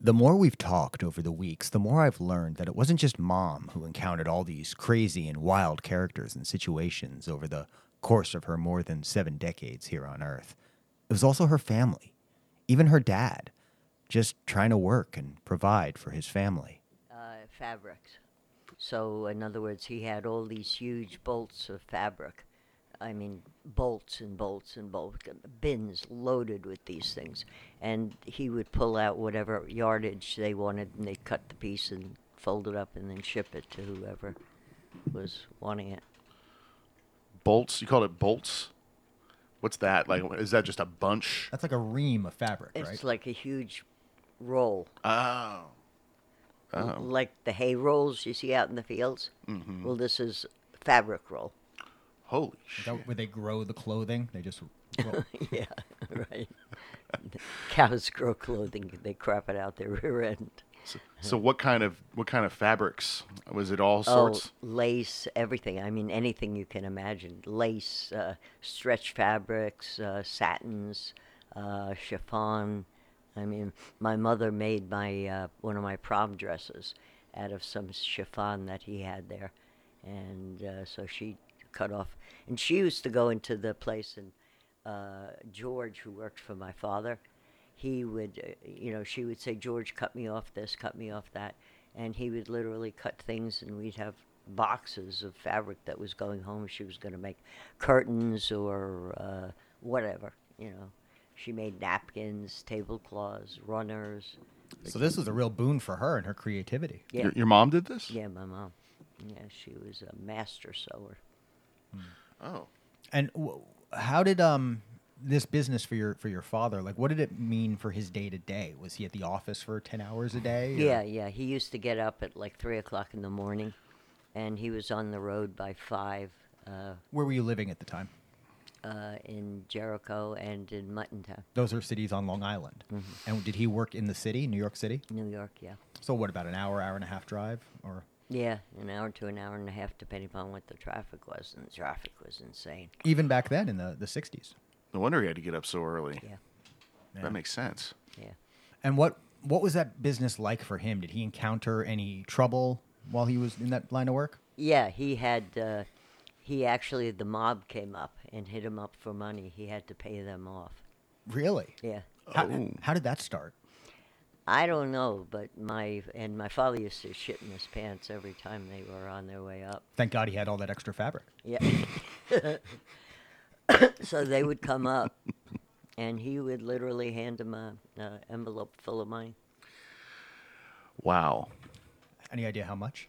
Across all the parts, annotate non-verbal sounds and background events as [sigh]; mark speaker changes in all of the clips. Speaker 1: The more we've talked over the weeks, the more I've learned that it wasn't just mom who encountered all these crazy and wild characters and situations over the course of her more than seven decades here on Earth. It was also her family, even her dad, just trying to work and provide for his family.
Speaker 2: uh, fabrics. So, in other words, he had all these huge bolts of fabric. I mean, bolts and bolts and bolts, bins loaded with these things. And he would pull out whatever yardage they wanted, and they'd cut the piece and fold it up and then ship it to whoever was wanting it.
Speaker 3: Bolts? You called it bolts? What's that? Like, is that just a bunch?
Speaker 1: That's like a ream of fabric,
Speaker 2: It's
Speaker 1: right?
Speaker 2: like a huge roll,
Speaker 3: Oh.
Speaker 2: l- like the hay rolls you see out in the fields. Well, this is fabric roll.
Speaker 3: Holy
Speaker 1: Is
Speaker 3: shit.
Speaker 1: that where they grow the clothing? They just.
Speaker 2: [laughs]
Speaker 1: well,
Speaker 2: yeah, right. [laughs] Cows grow clothing; they crop it out their [laughs] rear end.
Speaker 3: So, so what kind of what kind of fabrics was it? All sorts.
Speaker 2: Oh, lace, everything. I mean, anything you can imagine: lace, uh, stretch fabrics, uh, satins, uh, chiffon. I mean, my mother made my uh, one of my prom dresses out of some chiffon that he had there, and uh, so she cut off. And she used to go into the place, and uh, George, who worked for my father, he would, uh, you know, she would say, George, cut me off this, cut me off that. And he would literally cut things, and we'd have boxes of fabric that was going home. She was going to make curtains or uh, whatever, you know. She made napkins, tablecloths, runners.
Speaker 1: so this was a real boon for her and her creativity.
Speaker 2: Yeah,
Speaker 3: Your, your mom did this?
Speaker 2: yeah, my mom. Yeah, she was a master sewer.
Speaker 3: Oh.
Speaker 1: And w- how did um this business for your for your father like what did it mean for his day to day? Was he at the office for ten hours a day? or-
Speaker 2: Yeah, yeah. He used to get up at like three o'clock in the morning, and he was on the road by five uh,
Speaker 1: Where were you living at the time?
Speaker 2: uh, in Jericho and in Muttontown,
Speaker 1: Those are cities on Long Island. And did he work in the city, New York City?
Speaker 2: New York. Yeah,
Speaker 1: So what about an hour, hour and a half drive? Or
Speaker 2: yeah. An hour to an hour and a half, depending upon what the traffic was, and the traffic was insane.
Speaker 1: even back then in the the sixties.
Speaker 3: No wonder he had to get up so early.
Speaker 2: Yeah,
Speaker 1: Yeah.
Speaker 3: That makes sense.
Speaker 2: yeah.
Speaker 1: And what what was that business like for him? Did he encounter any trouble while he was in that line of work?
Speaker 2: Yeah, he had. Uh, he actually, the mob came up and hit him up for money. He had to pay them off.
Speaker 1: Really?
Speaker 2: Yeah.
Speaker 1: How,
Speaker 3: Oh.
Speaker 1: how did that start?
Speaker 2: I don't know, but my and my father used to shit in his pants every time they were on their way up.
Speaker 1: Thank God he had all that extra fabric.
Speaker 2: Yeah. [coughs] so they would come up, and he would literally hand him a, a envelope full of money.
Speaker 3: Wow.
Speaker 1: Any idea how much?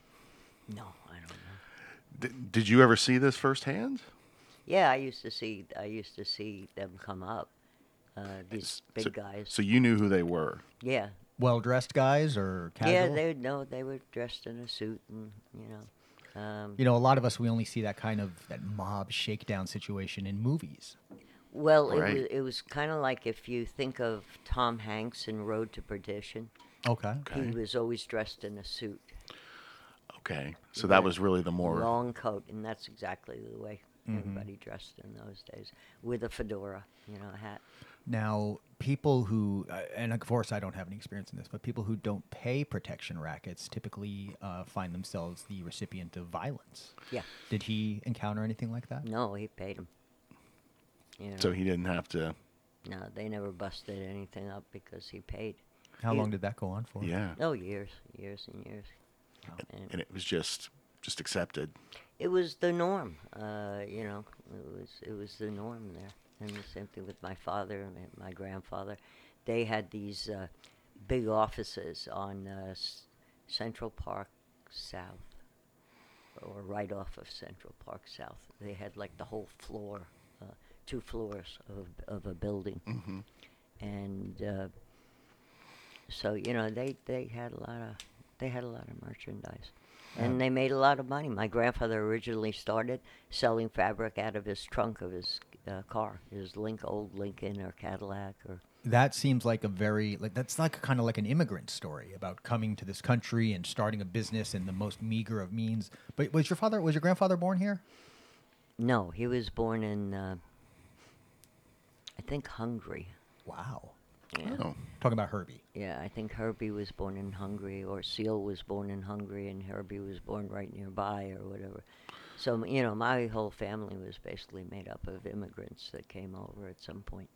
Speaker 2: No, I don't know.
Speaker 3: D- did you ever see this firsthand?
Speaker 2: Yeah, I used to see I used to see them come up. Uh, these big
Speaker 3: so,
Speaker 2: guys.
Speaker 3: So you knew who they were.
Speaker 2: yeah.
Speaker 1: Well dressed guys or casual?
Speaker 2: Yeah, they would know they were dressed in a suit and you know. Um,
Speaker 1: You know, a lot of us we only see that kind of that mob shakedown situation in movies.
Speaker 2: well,
Speaker 3: Right.
Speaker 2: it was it was kind of like if you think of Tom Hanks in Road to Perdition.
Speaker 1: Okay.
Speaker 2: He
Speaker 3: Okay.
Speaker 2: was always dressed in a suit,
Speaker 3: Okay. So that was really the more.
Speaker 2: long coat, and that's exactly the way
Speaker 3: Mm-hmm.
Speaker 2: everybody dressed in those days, with a fedora, you know, a hat.
Speaker 1: Now, people who, uh, and of course I don't have any experience in this, but people who don't pay protection rackets typically uh, find themselves the recipient of violence.
Speaker 2: Yeah.
Speaker 1: Did he encounter anything like that?
Speaker 2: No, he paid him. You know,
Speaker 3: So he didn't have to.
Speaker 2: no, they never busted anything up because he paid.
Speaker 1: How
Speaker 2: He-
Speaker 1: long did that go on for?
Speaker 3: Yeah.
Speaker 2: Oh, years, years and years. And
Speaker 3: And it was just just accepted.
Speaker 2: it was the norm, uh, you know. It was it was the norm there, and the same thing with my father and my- my grandfather. They had these uh, big offices on uh, S- Central Park South, or right off of Central Park South. They had like the whole floor, uh, two floors of of a building, and uh, so you know they they had a lot of they had a lot of merchandise and they made a lot of money my grandfather originally started selling fabric out of his trunk of his uh, car his link old lincoln or cadillac or
Speaker 1: That seems like a very like that's like kind of like an immigrant story about coming to this country and starting a business in the most meager of means. But was your father was your grandfather born here?
Speaker 2: no he was born in uh, i think hungary
Speaker 1: Wow.
Speaker 2: Yeah.
Speaker 3: Oh.
Speaker 1: Talking about Herbie.
Speaker 2: Yeah, I think Herbie was born in Hungary, or Seal was born in Hungary, and Herbie was born right nearby, or whatever. So, m- you know, my whole family was basically made up of immigrants that came over at some point.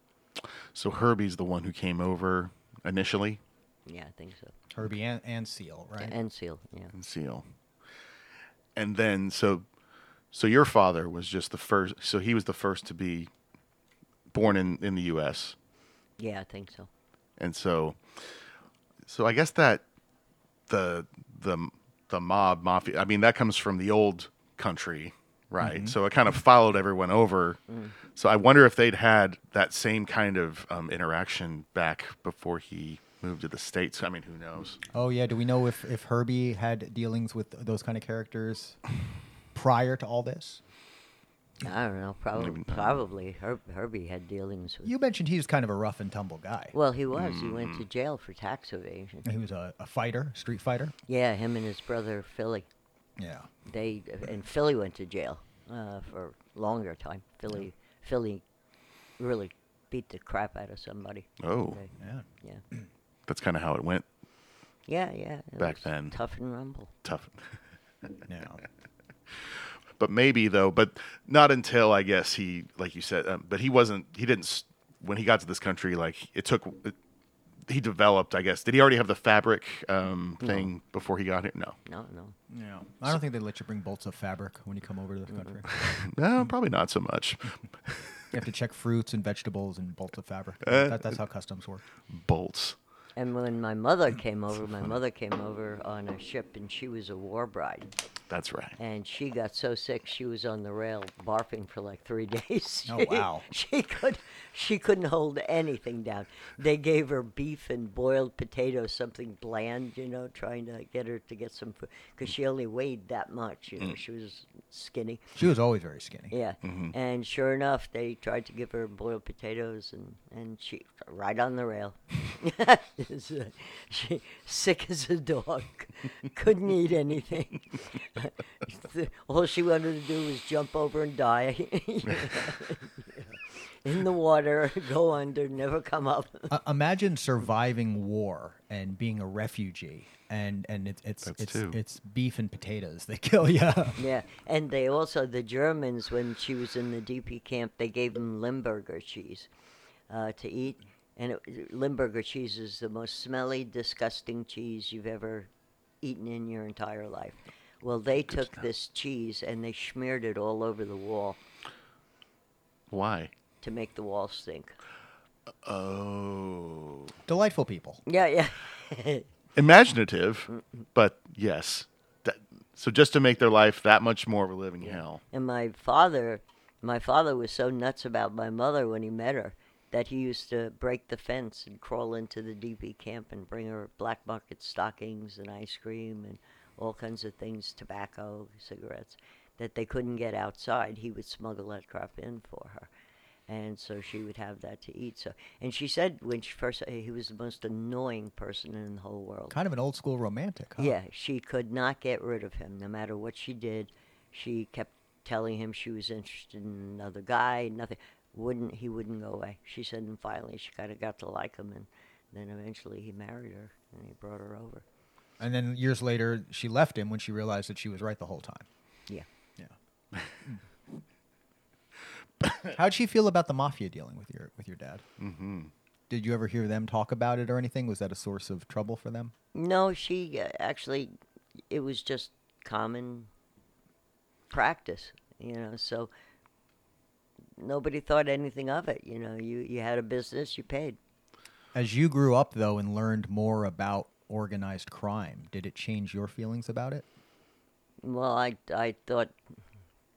Speaker 3: So Herbie's the one who came over initially,
Speaker 2: Yeah, I think so.
Speaker 1: Herbie and, and Seal, right?
Speaker 2: And Seal, yeah.
Speaker 3: and Seal, and then so, so your father was just the first. So he was the first to be born in in the U.S.
Speaker 2: Yeah, I think so.
Speaker 3: and so, so I guess that the the the mob mafia. I mean, that comes from the old country, right? So it kind of followed everyone over. So I wonder if they'd had that same kind of um, interaction back before he moved to the states. I mean, who knows?
Speaker 1: oh, yeah. Do we know if, if Herbie had dealings with those kind of characters prior to all this?
Speaker 2: I don't know. Probably, probably Herb, Herbie had dealings with.
Speaker 1: You mentioned he was kind of a rough and tumble guy.
Speaker 2: Well, he was. He went to jail for tax evasion.
Speaker 1: he was a, a fighter, street fighter.
Speaker 2: Yeah, him and his brother Philly.
Speaker 1: Yeah.
Speaker 2: They and Philly went to jail uh, for longer time. Philly, Philly, really beat the crap out of somebody.
Speaker 3: Oh.
Speaker 2: They-
Speaker 1: Yeah.
Speaker 2: yeah,
Speaker 3: That's kind of how it went.
Speaker 2: yeah, yeah. it
Speaker 3: Back
Speaker 2: was
Speaker 3: then.
Speaker 2: tough and rumble.
Speaker 3: Tough.
Speaker 1: Now,
Speaker 3: but maybe though but not until i guess he like you said um, but he wasn't he didn't s- when he got to this country like it took it, he developed i guess did he already have the fabric um, thing before he got here no
Speaker 2: No, no.
Speaker 1: yeah. I don't think they let you bring bolts of fabric when you come over to the country.
Speaker 3: no probably not so much [laughs]
Speaker 1: you have to check fruits and vegetables and bolts of fabric. that, that's how customs work.
Speaker 3: bolts
Speaker 2: And when my mother came over, my mother came over on a ship, and she was a war bride.
Speaker 3: that's right
Speaker 2: and she got so sick she was on the rail barfing for like three [laughs] days.
Speaker 1: Oh,
Speaker 2: She-
Speaker 1: wow.
Speaker 2: she could she couldn't hold anything down. They gave her beef and boiled potatoes, something bland, you know, trying to get her to get some food because she only weighed that much.
Speaker 1: Mm.
Speaker 2: You know, she was skinny.
Speaker 1: She was always very skinny.
Speaker 2: Yeah, and sure enough, they tried to give her boiled potatoes, and and she right on the rail. [laughs] It's, uh, she sick as a dog, couldn't eat anything. [laughs] All she wanted to do was jump over and die [laughs] you know, in the water, go under, never come up.
Speaker 1: Uh, imagine surviving war and being a refugee, and and it, it's
Speaker 3: That's
Speaker 1: it's
Speaker 3: two.
Speaker 1: it's beef and potatoes that [laughs] kill you.
Speaker 2: Yeah, and they also the Germans when she was in the DP camp, they gave them Limburger cheese uh, to eat, and it, Limburger cheese is the most smelly, disgusting cheese you've ever eaten in your entire life. Well, they took this cheese and they smeared it all over the wall
Speaker 3: why
Speaker 2: to make the wall stink.
Speaker 3: oh
Speaker 1: Delightful people.
Speaker 2: Yeah, yeah. [laughs]
Speaker 3: imaginative but yes that, so just to make their life that much more of a living hell
Speaker 2: And my father, my father was so nuts about my mother when he met her that he used to break the fence and crawl into the DP camp and bring her black market stockings and ice cream and all kinds of things, tobacco, cigarettes, that they couldn't get outside. He would smuggle that crap in for her. And so she would have that to eat. So, and she said when she first, he was the most annoying person in the whole world.
Speaker 1: Kind of an old school romantic. Huh?
Speaker 2: Yeah, she could not get rid of him. No matter what she did, she kept telling him she was interested in another guy. Nothing wouldn't he wouldn't go away. She said, and finally she kind of got to like him, and then eventually he married her and he brought her over.
Speaker 1: And then years later, she left him when she realized that she was right the whole time.
Speaker 2: Yeah,
Speaker 1: Yeah. How'd she feel about the mafia dealing with your with your dad? Mm-hmm. Did you ever hear them talk about it or anything? Was that a source of trouble for them?
Speaker 2: no, she uh, actually, it was just common practice, you know. So nobody thought anything of it. You know, you you had a business, you paid.
Speaker 1: As you grew up though and learned more about organized crime, did it change your feelings about it?
Speaker 2: Well, I, I thought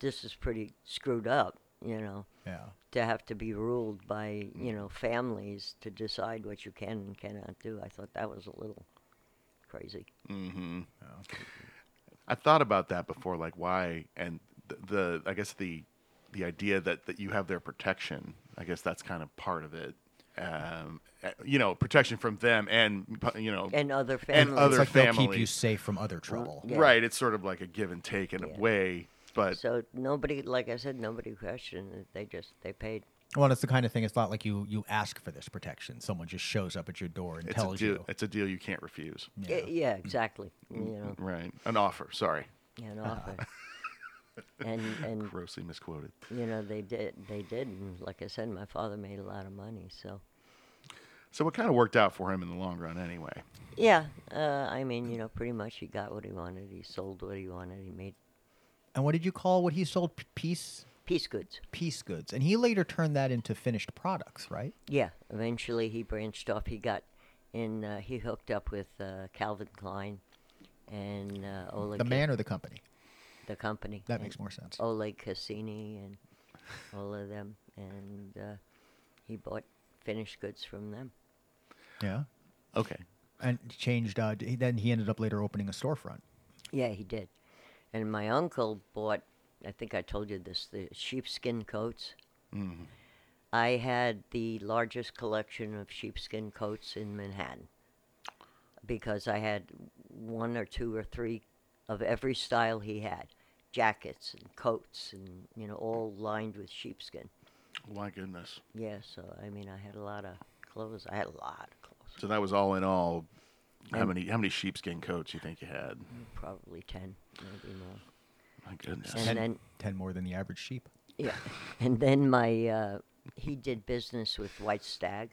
Speaker 2: this is pretty screwed up, you know,
Speaker 1: Yeah.
Speaker 2: to have to be ruled by, you know, families to decide what you can and cannot do. I thought that was a little crazy.
Speaker 3: I thought about that before, like why and the, the I guess the the idea that that you have their protection. I guess that's kind of part of it. Um, uh, you know, protection from them and you know,
Speaker 2: And other families.
Speaker 3: And other-
Speaker 1: It's like they'll keep
Speaker 3: family.
Speaker 1: you safe from other trouble.
Speaker 2: yeah.
Speaker 3: right? It's sort of like a give and take in
Speaker 2: Yeah.
Speaker 3: a way, but
Speaker 2: so nobody, like I said, nobody questioned it. They just, they paid.
Speaker 1: Well, it's the kind of thing. It's not like you you ask for this protection. Someone just shows up at your door and
Speaker 3: It's a
Speaker 1: tells
Speaker 3: deal.
Speaker 1: you.
Speaker 3: It's a deal you can't refuse.
Speaker 2: Yeah, yeah exactly. You
Speaker 3: Mm.
Speaker 2: know,
Speaker 3: Right. An offer. Sorry. [laughs]
Speaker 2: an offer. and and
Speaker 3: Grossly misquoted.
Speaker 2: you know they did they did and like I said my father made a lot of money so
Speaker 3: So it kind of worked out for him in the long run, anyway.
Speaker 2: yeah uh, I mean you know pretty much he got what he wanted he sold what he wanted he made
Speaker 1: And what did you call what he sold? P- Piece
Speaker 2: peace goods
Speaker 1: piece goods, and he later turned that into finished products, right?
Speaker 2: yeah eventually he branched off he got in uh, he hooked up with uh, Calvin Klein and uh, Oleg
Speaker 1: The man or the company?
Speaker 2: the company
Speaker 1: That
Speaker 2: and
Speaker 1: makes more sense.
Speaker 2: Oleg Cassini and all of them and uh, he bought finished goods from them
Speaker 1: Yeah.
Speaker 3: Okay.
Speaker 1: And changed. Uh, d- then he ended up later opening a storefront.
Speaker 2: Yeah, he did. And my uncle bought, I think I told you this, the sheepskin coats.
Speaker 3: Mm-hmm.
Speaker 2: I had the largest collection of sheepskin coats in Manhattan because I had one or two or three of every style he had jackets and coats and, you know, all lined with sheepskin.
Speaker 3: My goodness.
Speaker 2: Yeah, so I mean, I had a lot of clothes. I had a lot of clothes,
Speaker 3: So that was all in all. How
Speaker 2: And-
Speaker 3: many how many sheepskin coats you think you had?
Speaker 2: probably 10, maybe more.
Speaker 3: My goodness.
Speaker 2: And then
Speaker 1: ten more than the average sheep.
Speaker 2: Yeah, [laughs] and then my uh, he did business with White Stag,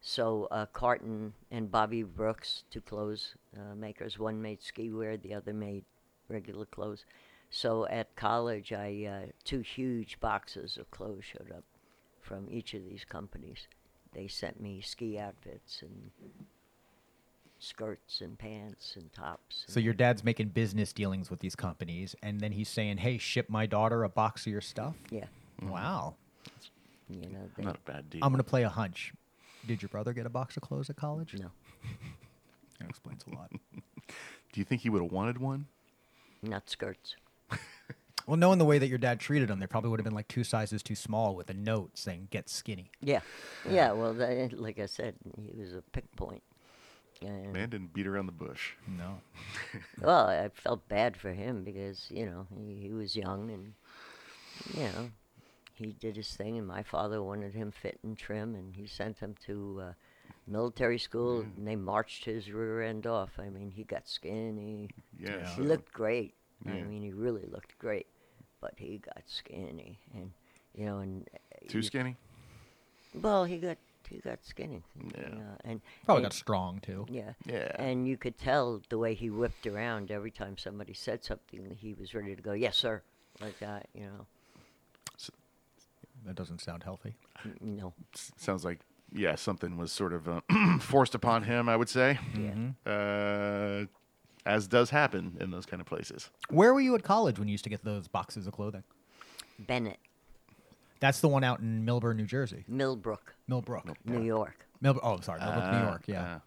Speaker 2: so uh, Carton and Bobby Brooks, two clothes uh, makers. One made ski wear, the other made regular clothes. So at college, I uh, two huge boxes of clothes showed up from each of these companies. They sent me ski outfits and skirts and pants and tops.
Speaker 1: So
Speaker 2: and-
Speaker 1: your dad's making business dealings with these companies, and then he's saying, "Hey, ship my daughter a box of your stuff."
Speaker 2: yeah,
Speaker 3: Mm-hmm.
Speaker 1: Wow.
Speaker 2: you know they,
Speaker 3: Not a bad deal.
Speaker 1: I'm gonna play a hunch. Did your brother get a box of clothes at college?
Speaker 2: no,
Speaker 1: That explains a lot.
Speaker 3: Do you think he would have wanted one?
Speaker 2: not skirts.
Speaker 1: well, knowing the way that your dad treated him, they probably would have been like two sizes too small with a note saying "get skinny."
Speaker 2: Yeah, yeah. Well, that, like I said, he was a pick point. And,
Speaker 3: Man didn't beat around the bush.
Speaker 1: No.
Speaker 2: well, I felt bad for him because you know he, he was young and you know he did his thing, and my father wanted him fit and trim, and he sent him to uh, military school, and they marched his rear end off. I mean, he got skinny.
Speaker 3: Yeah.
Speaker 1: Yeah.
Speaker 2: He
Speaker 3: so-
Speaker 2: looked great. I
Speaker 3: Yeah.
Speaker 2: mean, he really looked great, but he got skinny, and you know, and uh,
Speaker 3: too
Speaker 2: you-
Speaker 3: skinny.
Speaker 2: Well, he got he got skinny.
Speaker 3: Yeah.
Speaker 2: and
Speaker 1: Probably
Speaker 2: and-
Speaker 1: got strong too.
Speaker 2: Yeah.
Speaker 3: Yeah.
Speaker 2: And you could tell the way he whipped around every time somebody said something, he was ready to go, yes, sir, like that, you know.
Speaker 1: That doesn't sound healthy.
Speaker 2: N- No.
Speaker 3: S- sounds like yeah, something was sort of uh, [clears throat] forced upon him. I would say, uh, as does happen in those kind of places.
Speaker 1: Where were you at college when you used to get those boxes of clothing?
Speaker 2: Bennett,
Speaker 1: That's the one out in Millburn, New Jersey.
Speaker 2: Millbrook,
Speaker 1: Millbrook.
Speaker 2: New York.
Speaker 1: Millbrook. Oh, sorry, Millbrook, New
Speaker 3: Ah,
Speaker 1: York. Yeah.
Speaker 3: ah.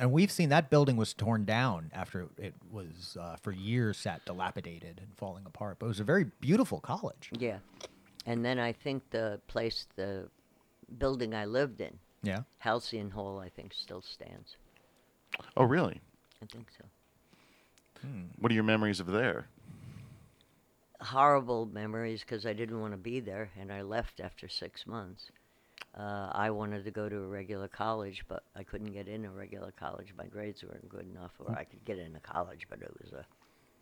Speaker 1: And we've seen that building was torn down after it was uh, for years sat dilapidated and falling apart. But it was a very beautiful college.
Speaker 2: Yeah. And then I think the place, the building I lived in,
Speaker 1: Yeah.
Speaker 2: Halcyon Hall, I think still stands.
Speaker 3: Oh, really?
Speaker 2: I think so.
Speaker 3: What are your memories of there?
Speaker 2: horrible memories because I didn't want to be there and I left after six months. Uh, I wanted to go to a regular college, but I couldn't get in a regular college. My grades weren't good enough, or I could get in a college, but it was a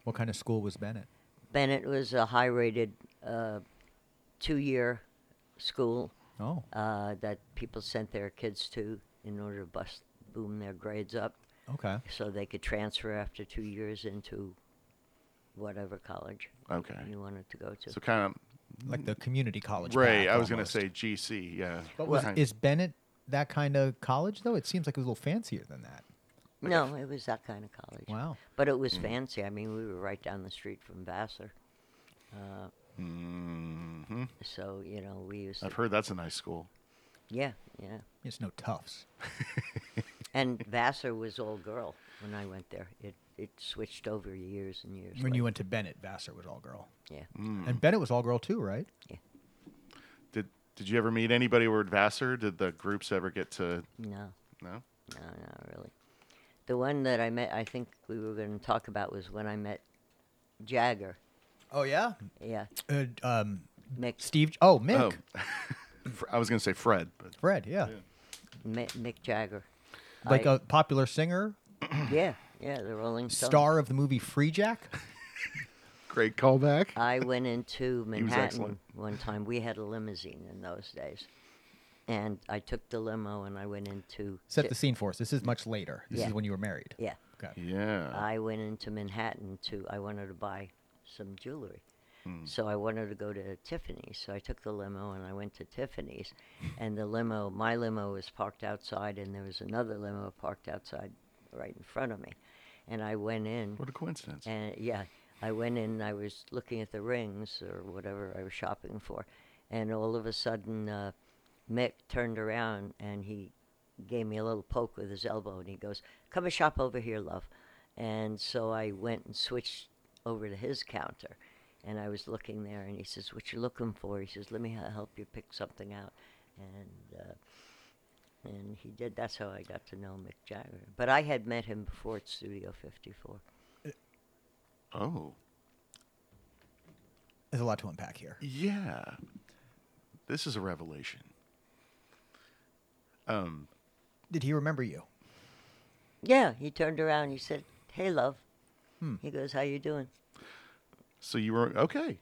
Speaker 1: What kind of school was Bennett?
Speaker 2: Bennett was a high-rated uh, two-year school
Speaker 1: Oh,
Speaker 2: uh, that people sent their kids to in order to bust boom their grades up,
Speaker 1: okay.
Speaker 2: so they could transfer after two years into whatever college
Speaker 3: Okay.
Speaker 2: you wanted to go to.
Speaker 3: So kind
Speaker 1: Like the community college.
Speaker 3: of
Speaker 1: path
Speaker 3: Ray. Mm. I was going to
Speaker 1: almost.
Speaker 3: say GC. Yeah.
Speaker 1: But was,
Speaker 3: Kind-
Speaker 1: is Bennett that kind of college though? It seems like it was a little fancier than that.
Speaker 2: No, it was that kind of college.
Speaker 1: Wow. Hmm.
Speaker 2: But it was fancy. I mean, we were right down the street from Vassar. Uh,
Speaker 3: Mhm.
Speaker 2: so, you know, we used
Speaker 3: I've
Speaker 2: to.
Speaker 3: heard that's a nice school.
Speaker 2: Yeah, yeah.
Speaker 1: It's no Tufts.
Speaker 2: And Vassar was all girl when I went there. It it switched over years and years.
Speaker 1: When you
Speaker 2: later.
Speaker 1: went to Bennett, Vassar was all girl,
Speaker 2: Yeah.
Speaker 1: and Bennett was all girl too, right?
Speaker 3: Did Did you ever meet anybody who were at Vassar? Did the groups ever get to?
Speaker 1: Mm.
Speaker 2: No,
Speaker 3: No.
Speaker 2: no, not really. The one that I met, I think we were going to talk about, was when I met Jagger.
Speaker 1: Oh yeah.
Speaker 2: Yeah.
Speaker 1: Uh, um,
Speaker 2: Mick.
Speaker 1: Steve. Oh, Mick.
Speaker 3: Oh. [laughs] Fr- I was going to say Fred, but
Speaker 1: Fred, yeah.
Speaker 2: Mi- Mick Jagger.
Speaker 1: Like
Speaker 2: I-
Speaker 1: a popular singer,
Speaker 2: yeah, yeah, the Rolling Stones.
Speaker 1: star of the movie Free [laughs] Jack.
Speaker 3: great callback.
Speaker 2: I went
Speaker 3: [laughs]
Speaker 2: into
Speaker 3: was
Speaker 2: Manhattan
Speaker 3: excellent.
Speaker 2: one time. We had a limousine in those days. And I took the limo and I went into.
Speaker 1: Set
Speaker 2: to-
Speaker 1: the scene for us. This is much later. This
Speaker 2: Yeah.
Speaker 1: is when you were married.
Speaker 2: yeah.
Speaker 1: Okay.
Speaker 3: yeah.
Speaker 2: I went into Manhattan to. I wanted to buy some jewelry.
Speaker 3: Hmm.
Speaker 2: So I wanted to go to Tiffany's. So I took the limo and I went to Tiffany's. and the limo, my limo was parked outside, and there was another limo parked outside right in front of me. And I went in.
Speaker 3: What a coincidence.
Speaker 2: And yeah, I went in. I was looking at the rings or whatever I was shopping for, and all of a sudden, uh, Mick turned around and he gave me a little poke with his elbow, and he goes, "Come and shop over here, love." And so I went and switched over to his counter, and I was looking there, and he says, "What you looking for?" He says, "Let me h- help you pick something out," and. Uh, and he did. That's how I got to know Mick Jagger. But I had met him before at Studio 54.
Speaker 3: Oh,
Speaker 1: There's a lot to unpack here.
Speaker 3: yeah. This is a revelation. Um,
Speaker 1: Did he remember you?
Speaker 2: Yeah, he turned around. He said, "Hey, love." He goes, "How you doing?" [laughs]
Speaker 3: so you were okay.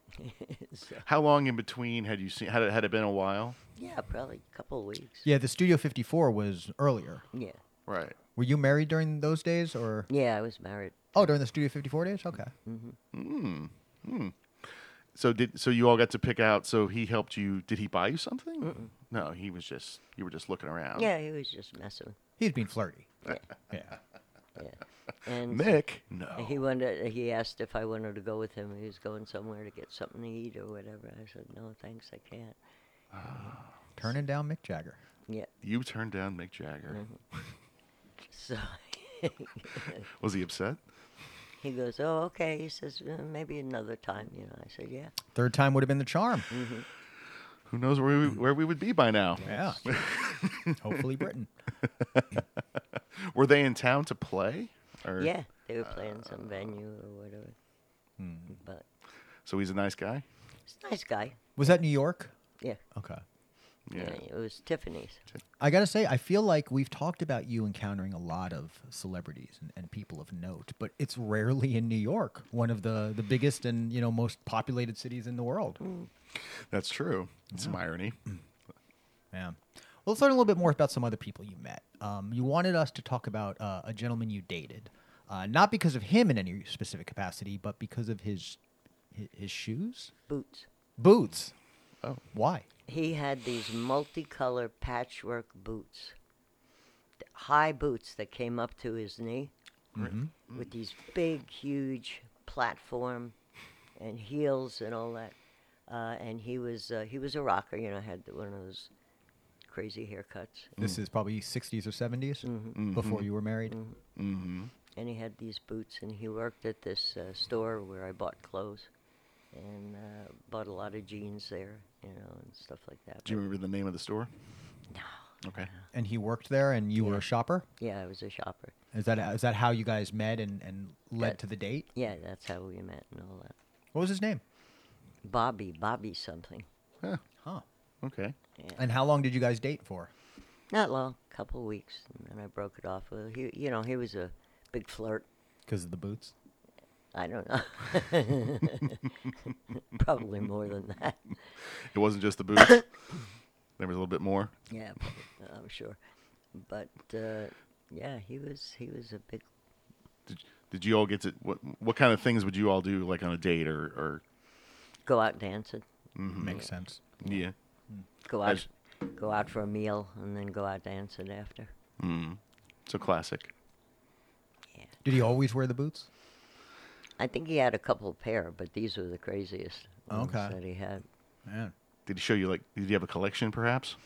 Speaker 2: So,
Speaker 3: How long in between had you seen? Had it had it been a while?
Speaker 2: yeah, probably a couple of weeks.
Speaker 1: Yeah, the Studio 54 was earlier.
Speaker 2: Yeah,
Speaker 3: Right.
Speaker 1: Were you married during those days or?
Speaker 2: yeah. I was married.
Speaker 1: Oh, during the Studio 54 days? Okay.
Speaker 3: So did so you all got to pick out? So he helped you. Did he buy you something? No, he was just you were just looking around.
Speaker 2: Yeah, he was just messing.
Speaker 1: He's being flirty.
Speaker 2: Yeah,
Speaker 1: Yeah.
Speaker 2: yeah. And
Speaker 3: Mick, no.
Speaker 2: he wanted. He asked if I wanted to go with him. He was going somewhere to get something to eat or whatever. I said, "No, thanks, I can't."
Speaker 1: Turning down Mick Jagger.
Speaker 2: Yeah. [laughs]
Speaker 3: you turned down Mick Jagger.
Speaker 2: Mm-hmm. So [laughs]
Speaker 3: Was he upset?
Speaker 2: he goes, "Oh, okay." He says, "Uh, "Maybe another time." You know, I said, "Yeah."
Speaker 1: Third time would have been the charm.
Speaker 3: Who knows where we, where we would be by now?
Speaker 1: Yeah. Hopefully Britain.
Speaker 3: Were they in town to play? Or,
Speaker 2: Yeah, they were playing some venue or whatever. But
Speaker 3: So he's a nice guy.
Speaker 2: he's a nice guy.
Speaker 1: Was that New York?
Speaker 2: Yeah.
Speaker 1: Okay.
Speaker 3: Yeah.
Speaker 2: It was Tiffany's.
Speaker 1: I gotta say, I feel like we've talked about you encountering a lot of celebrities and, and people of note, but it's rarely in New York, one of the, the biggest and you know most populated cities in the world.
Speaker 3: That's true. Some irony.
Speaker 1: Yeah. Well, let's learn a little bit more about some other people you met. Um, you wanted us to talk about uh, a gentleman you dated, uh, not because of him in any specific capacity, but because of his his, his shoes,
Speaker 2: Boots.
Speaker 1: boots.
Speaker 3: Oh.
Speaker 1: Why?
Speaker 2: He had these multicolor patchwork boots, th- high boots that came up to his knee,
Speaker 3: Mm-hmm.
Speaker 2: with these big, huge platform and heels and all that. Uh, and he was uh, he was a rocker, you know, had one of those crazy haircuts,
Speaker 1: This is probably 60s or 70s before you were married.
Speaker 3: Mm-hmm.
Speaker 2: and he had these boots, and he worked at this uh, store where I bought clothes, and uh, bought a lot of jeans there, you know, and stuff like that.
Speaker 3: Do you
Speaker 2: But-
Speaker 3: remember the name of the store? No. Okay.
Speaker 1: And he worked there, and you were a shopper.
Speaker 2: yeah, I was a shopper.
Speaker 1: Is that is that how you guys met and, and led
Speaker 2: That-
Speaker 1: to the date?
Speaker 2: Yeah, that's how we met and all that.
Speaker 1: What was his name?
Speaker 2: Bobby, Bobby something.
Speaker 3: Huh.
Speaker 1: Huh.
Speaker 3: Okay.
Speaker 2: Yeah.
Speaker 1: And how long did you guys date for?
Speaker 2: Not long, couple weeks, and then I broke it off. Well, he, you know, he was a big flirt.
Speaker 1: Because of the boots.
Speaker 2: I don't know. [laughs] Probably more than that. [laughs]
Speaker 3: It wasn't just the boots. [coughs] there was a little bit more.
Speaker 2: Yeah, prob- I'm sure. But uh, yeah, he was he was a big.
Speaker 3: Did, did you all get to what? What kind of things would you all do like on a date or or?
Speaker 2: Go out dancing.
Speaker 1: Makes sense.
Speaker 3: Yeah.
Speaker 2: Go
Speaker 3: I
Speaker 2: out.
Speaker 3: just-
Speaker 2: Go out for a meal and then go out dancing after.
Speaker 3: So classic.
Speaker 1: Did he always wear the boots?
Speaker 2: I think he had a couple pair, but these were the craziest ones
Speaker 1: Okay.
Speaker 2: that he had.
Speaker 1: Man.
Speaker 3: Did he show you like? Did you have a collection perhaps?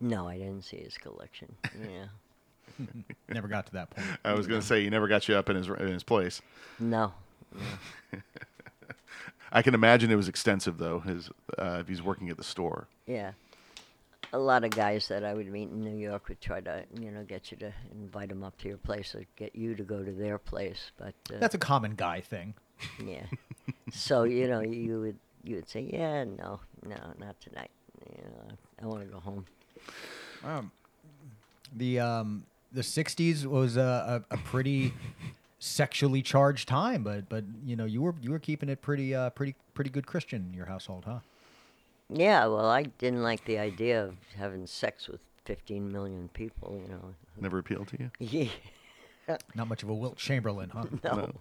Speaker 2: No, I didn't see his collection. Yeah.
Speaker 1: Never got to [laughs] that point.
Speaker 3: I was gonna say he never got you up in his in his place.
Speaker 2: No.
Speaker 3: I can imagine it was extensive though. His uh, if he's working at the store.
Speaker 2: Yeah. A lot of guys that I would meet in New York would try to, you know, get you to invite them up to your place or get you to go to their place. But uh,
Speaker 1: That's a common guy thing.
Speaker 2: yeah. so you know, you would you would say, yeah, no, no, not tonight. You know, I want to go home.
Speaker 1: The um, the '60s was a, a, a pretty sexually charged time, but but you know you were you were keeping it pretty uh, pretty pretty good Christian in your household, huh?
Speaker 2: Yeah, well, I didn't like the idea of having sex with 15 million people, you know. [laughs]
Speaker 3: Never appealed to you?
Speaker 2: Yeah,
Speaker 1: Not much of a Wilt Chamberlain, huh?
Speaker 2: [laughs] no.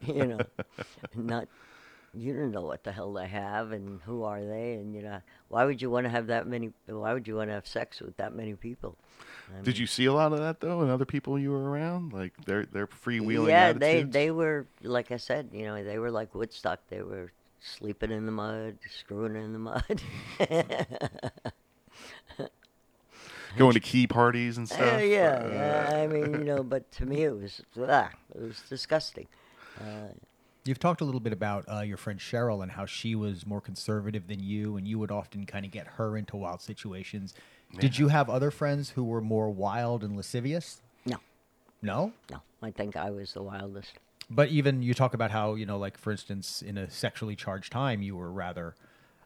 Speaker 2: you know, not, you don't know what the hell they have and who are they, and, you know, why would you want to have that many, why would you want to have sex with that many people?
Speaker 3: Did you see a lot of that though, and other people you were around, like their their freewheeling
Speaker 2: yeah,
Speaker 3: attitudes?
Speaker 2: they they were like I said, you know, they were like Woodstock. They were sleeping in the mud, screwing in the mud. [laughs]
Speaker 3: going to key parties and stuff.
Speaker 2: Uh, yeah,
Speaker 3: Uh,
Speaker 2: yeah, I mean, you know, but to me it was ah, it was disgusting. Uh,
Speaker 1: You've talked a little bit about uh, your friend Cheryl and how she was more conservative than you, and you would often kind of get her into wild situations. Did you have other friends who were more wild and lascivious?
Speaker 2: no,
Speaker 1: No,
Speaker 2: no, I think I was the wildest.
Speaker 1: but even you talk about how you know, like for instance, in a sexually charged time, you were rather,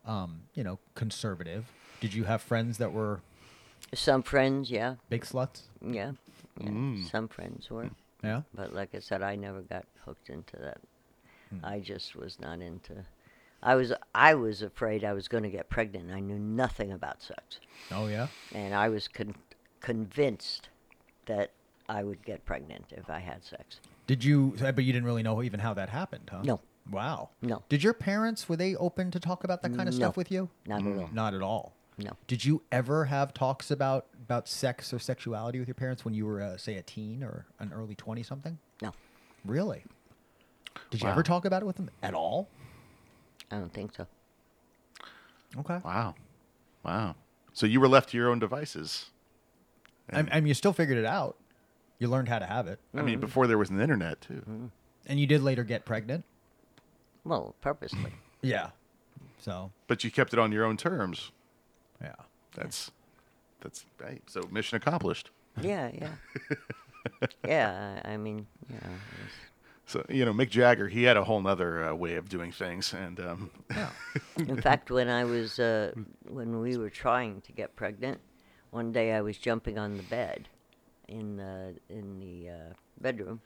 Speaker 1: um, you know, conservative. Did you have friends that were
Speaker 2: Some friends, yeah,
Speaker 1: big sluts?
Speaker 2: yeah, yeah. some friends were,
Speaker 1: Yeah.
Speaker 2: but like I said, I never got hooked into that. I just was not into. I was I was afraid I was going to get pregnant. I knew nothing about sex.
Speaker 1: Oh yeah.
Speaker 2: and I was con- convinced that I would get pregnant if I had sex.
Speaker 1: Did you? But you didn't really know even how that happened, huh?
Speaker 2: No.
Speaker 1: Wow.
Speaker 2: No.
Speaker 1: Did your parents were they open to talk about that kind of
Speaker 2: No.
Speaker 1: stuff with you?
Speaker 2: Not at all.
Speaker 1: Not at all.
Speaker 2: No.
Speaker 1: Did you ever have talks about about sex or sexuality with your parents when you were, uh, say, a teen or an early twenty something?
Speaker 2: No,
Speaker 1: Really? Did you
Speaker 3: Wow.
Speaker 1: ever talk about it with them at all?
Speaker 2: I don't think so.
Speaker 1: Okay.
Speaker 3: Wow, wow. So you were left to your own devices.
Speaker 1: I, I mean, you still figured it out. You learned how to have it,
Speaker 3: I
Speaker 2: Mm-hmm.
Speaker 3: mean, before there was an internet too.
Speaker 1: and you did later get pregnant.
Speaker 2: Well, purposely.
Speaker 1: Yeah. So.
Speaker 3: But you kept it on your own terms.
Speaker 1: Yeah.
Speaker 3: That's that's right. So mission accomplished.
Speaker 2: yeah, yeah. yeah, I I mean, yeah. it was-
Speaker 3: So you know, Mick Jagger, he had a whole nother uh, way of doing things, and um, [laughs]
Speaker 1: [laughs] Yeah.
Speaker 2: In fact, when I was uh,
Speaker 1: Hmm.
Speaker 2: when we were trying to get pregnant, one day I was jumping on the bed in the in the uh, bedroom.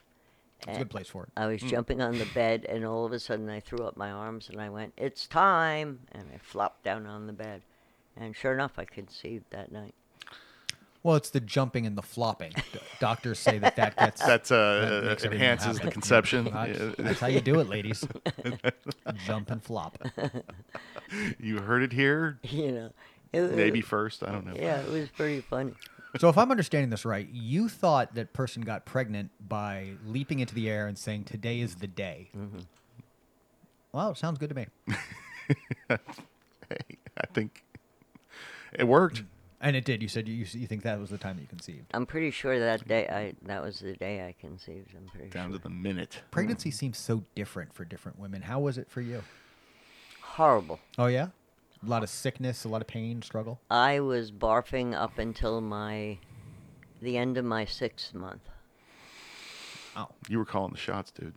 Speaker 1: It's a
Speaker 2: and
Speaker 1: good place for it. Hmm.
Speaker 2: I was jumping on the bed, and all of a sudden I threw up my arms and I went, "It's time!" and I flopped down on the bed, and sure enough, I conceived that night. [laughs]
Speaker 1: Well, it's the jumping and the flopping. [laughs] D- doctors say that that gets
Speaker 3: that
Speaker 1: That
Speaker 3: uh,
Speaker 1: makes everything
Speaker 3: enhances
Speaker 1: happen. [laughs]
Speaker 3: the conception.
Speaker 1: That's,
Speaker 3: Yeah,
Speaker 1: that's how you do it, ladies. Jump and flop.
Speaker 3: [laughs] you heard it here,
Speaker 2: You know, it, wa-
Speaker 3: maybe first. I don't know.
Speaker 2: Yeah, it was pretty funny.
Speaker 1: So, if I'm understanding this right, you thought that person got pregnant by leaping into the air and saying, "Today is the day."
Speaker 3: Mm-hmm.
Speaker 1: Well, it sounds good to me,
Speaker 3: Hey, I think it worked.
Speaker 1: and it did. You said you you you think that was the time that you conceived.
Speaker 2: I'm pretty sure that day I that was the day I conceived. I'm pretty
Speaker 3: Down
Speaker 2: sure.
Speaker 3: to the minute.
Speaker 1: Pregnancy seems so different for different women. How was it for you?
Speaker 2: Horrible.
Speaker 1: Oh yeah, a lot of sickness, a lot of pain, struggle.
Speaker 2: I was barfing up until my the end of my sixth month.
Speaker 1: Oh,
Speaker 3: You were calling the shots, dude.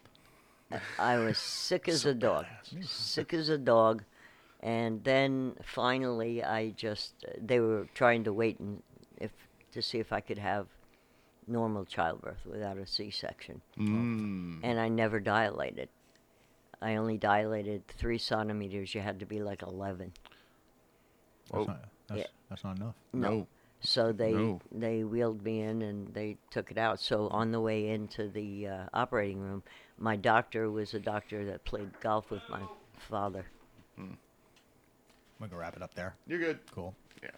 Speaker 2: I was sick as a dog, sick as a dog, and then finally I just they were trying to wait and if to see if I could have normal childbirth without a C-section,
Speaker 3: Mm.
Speaker 2: and I never dilated. I only dilated three centimeters. You had to be like eleven.
Speaker 1: that's,
Speaker 3: Oh.
Speaker 1: not, that's, that's not enough.
Speaker 3: No.
Speaker 2: So they
Speaker 3: No.
Speaker 2: they wheeled me in and they took it out. So on the way into the uh, operating room, my doctor was a doctor that played golf with my father.
Speaker 1: I'm gonna wrap it up there.
Speaker 3: You're good.
Speaker 1: Cool.
Speaker 3: Yeah.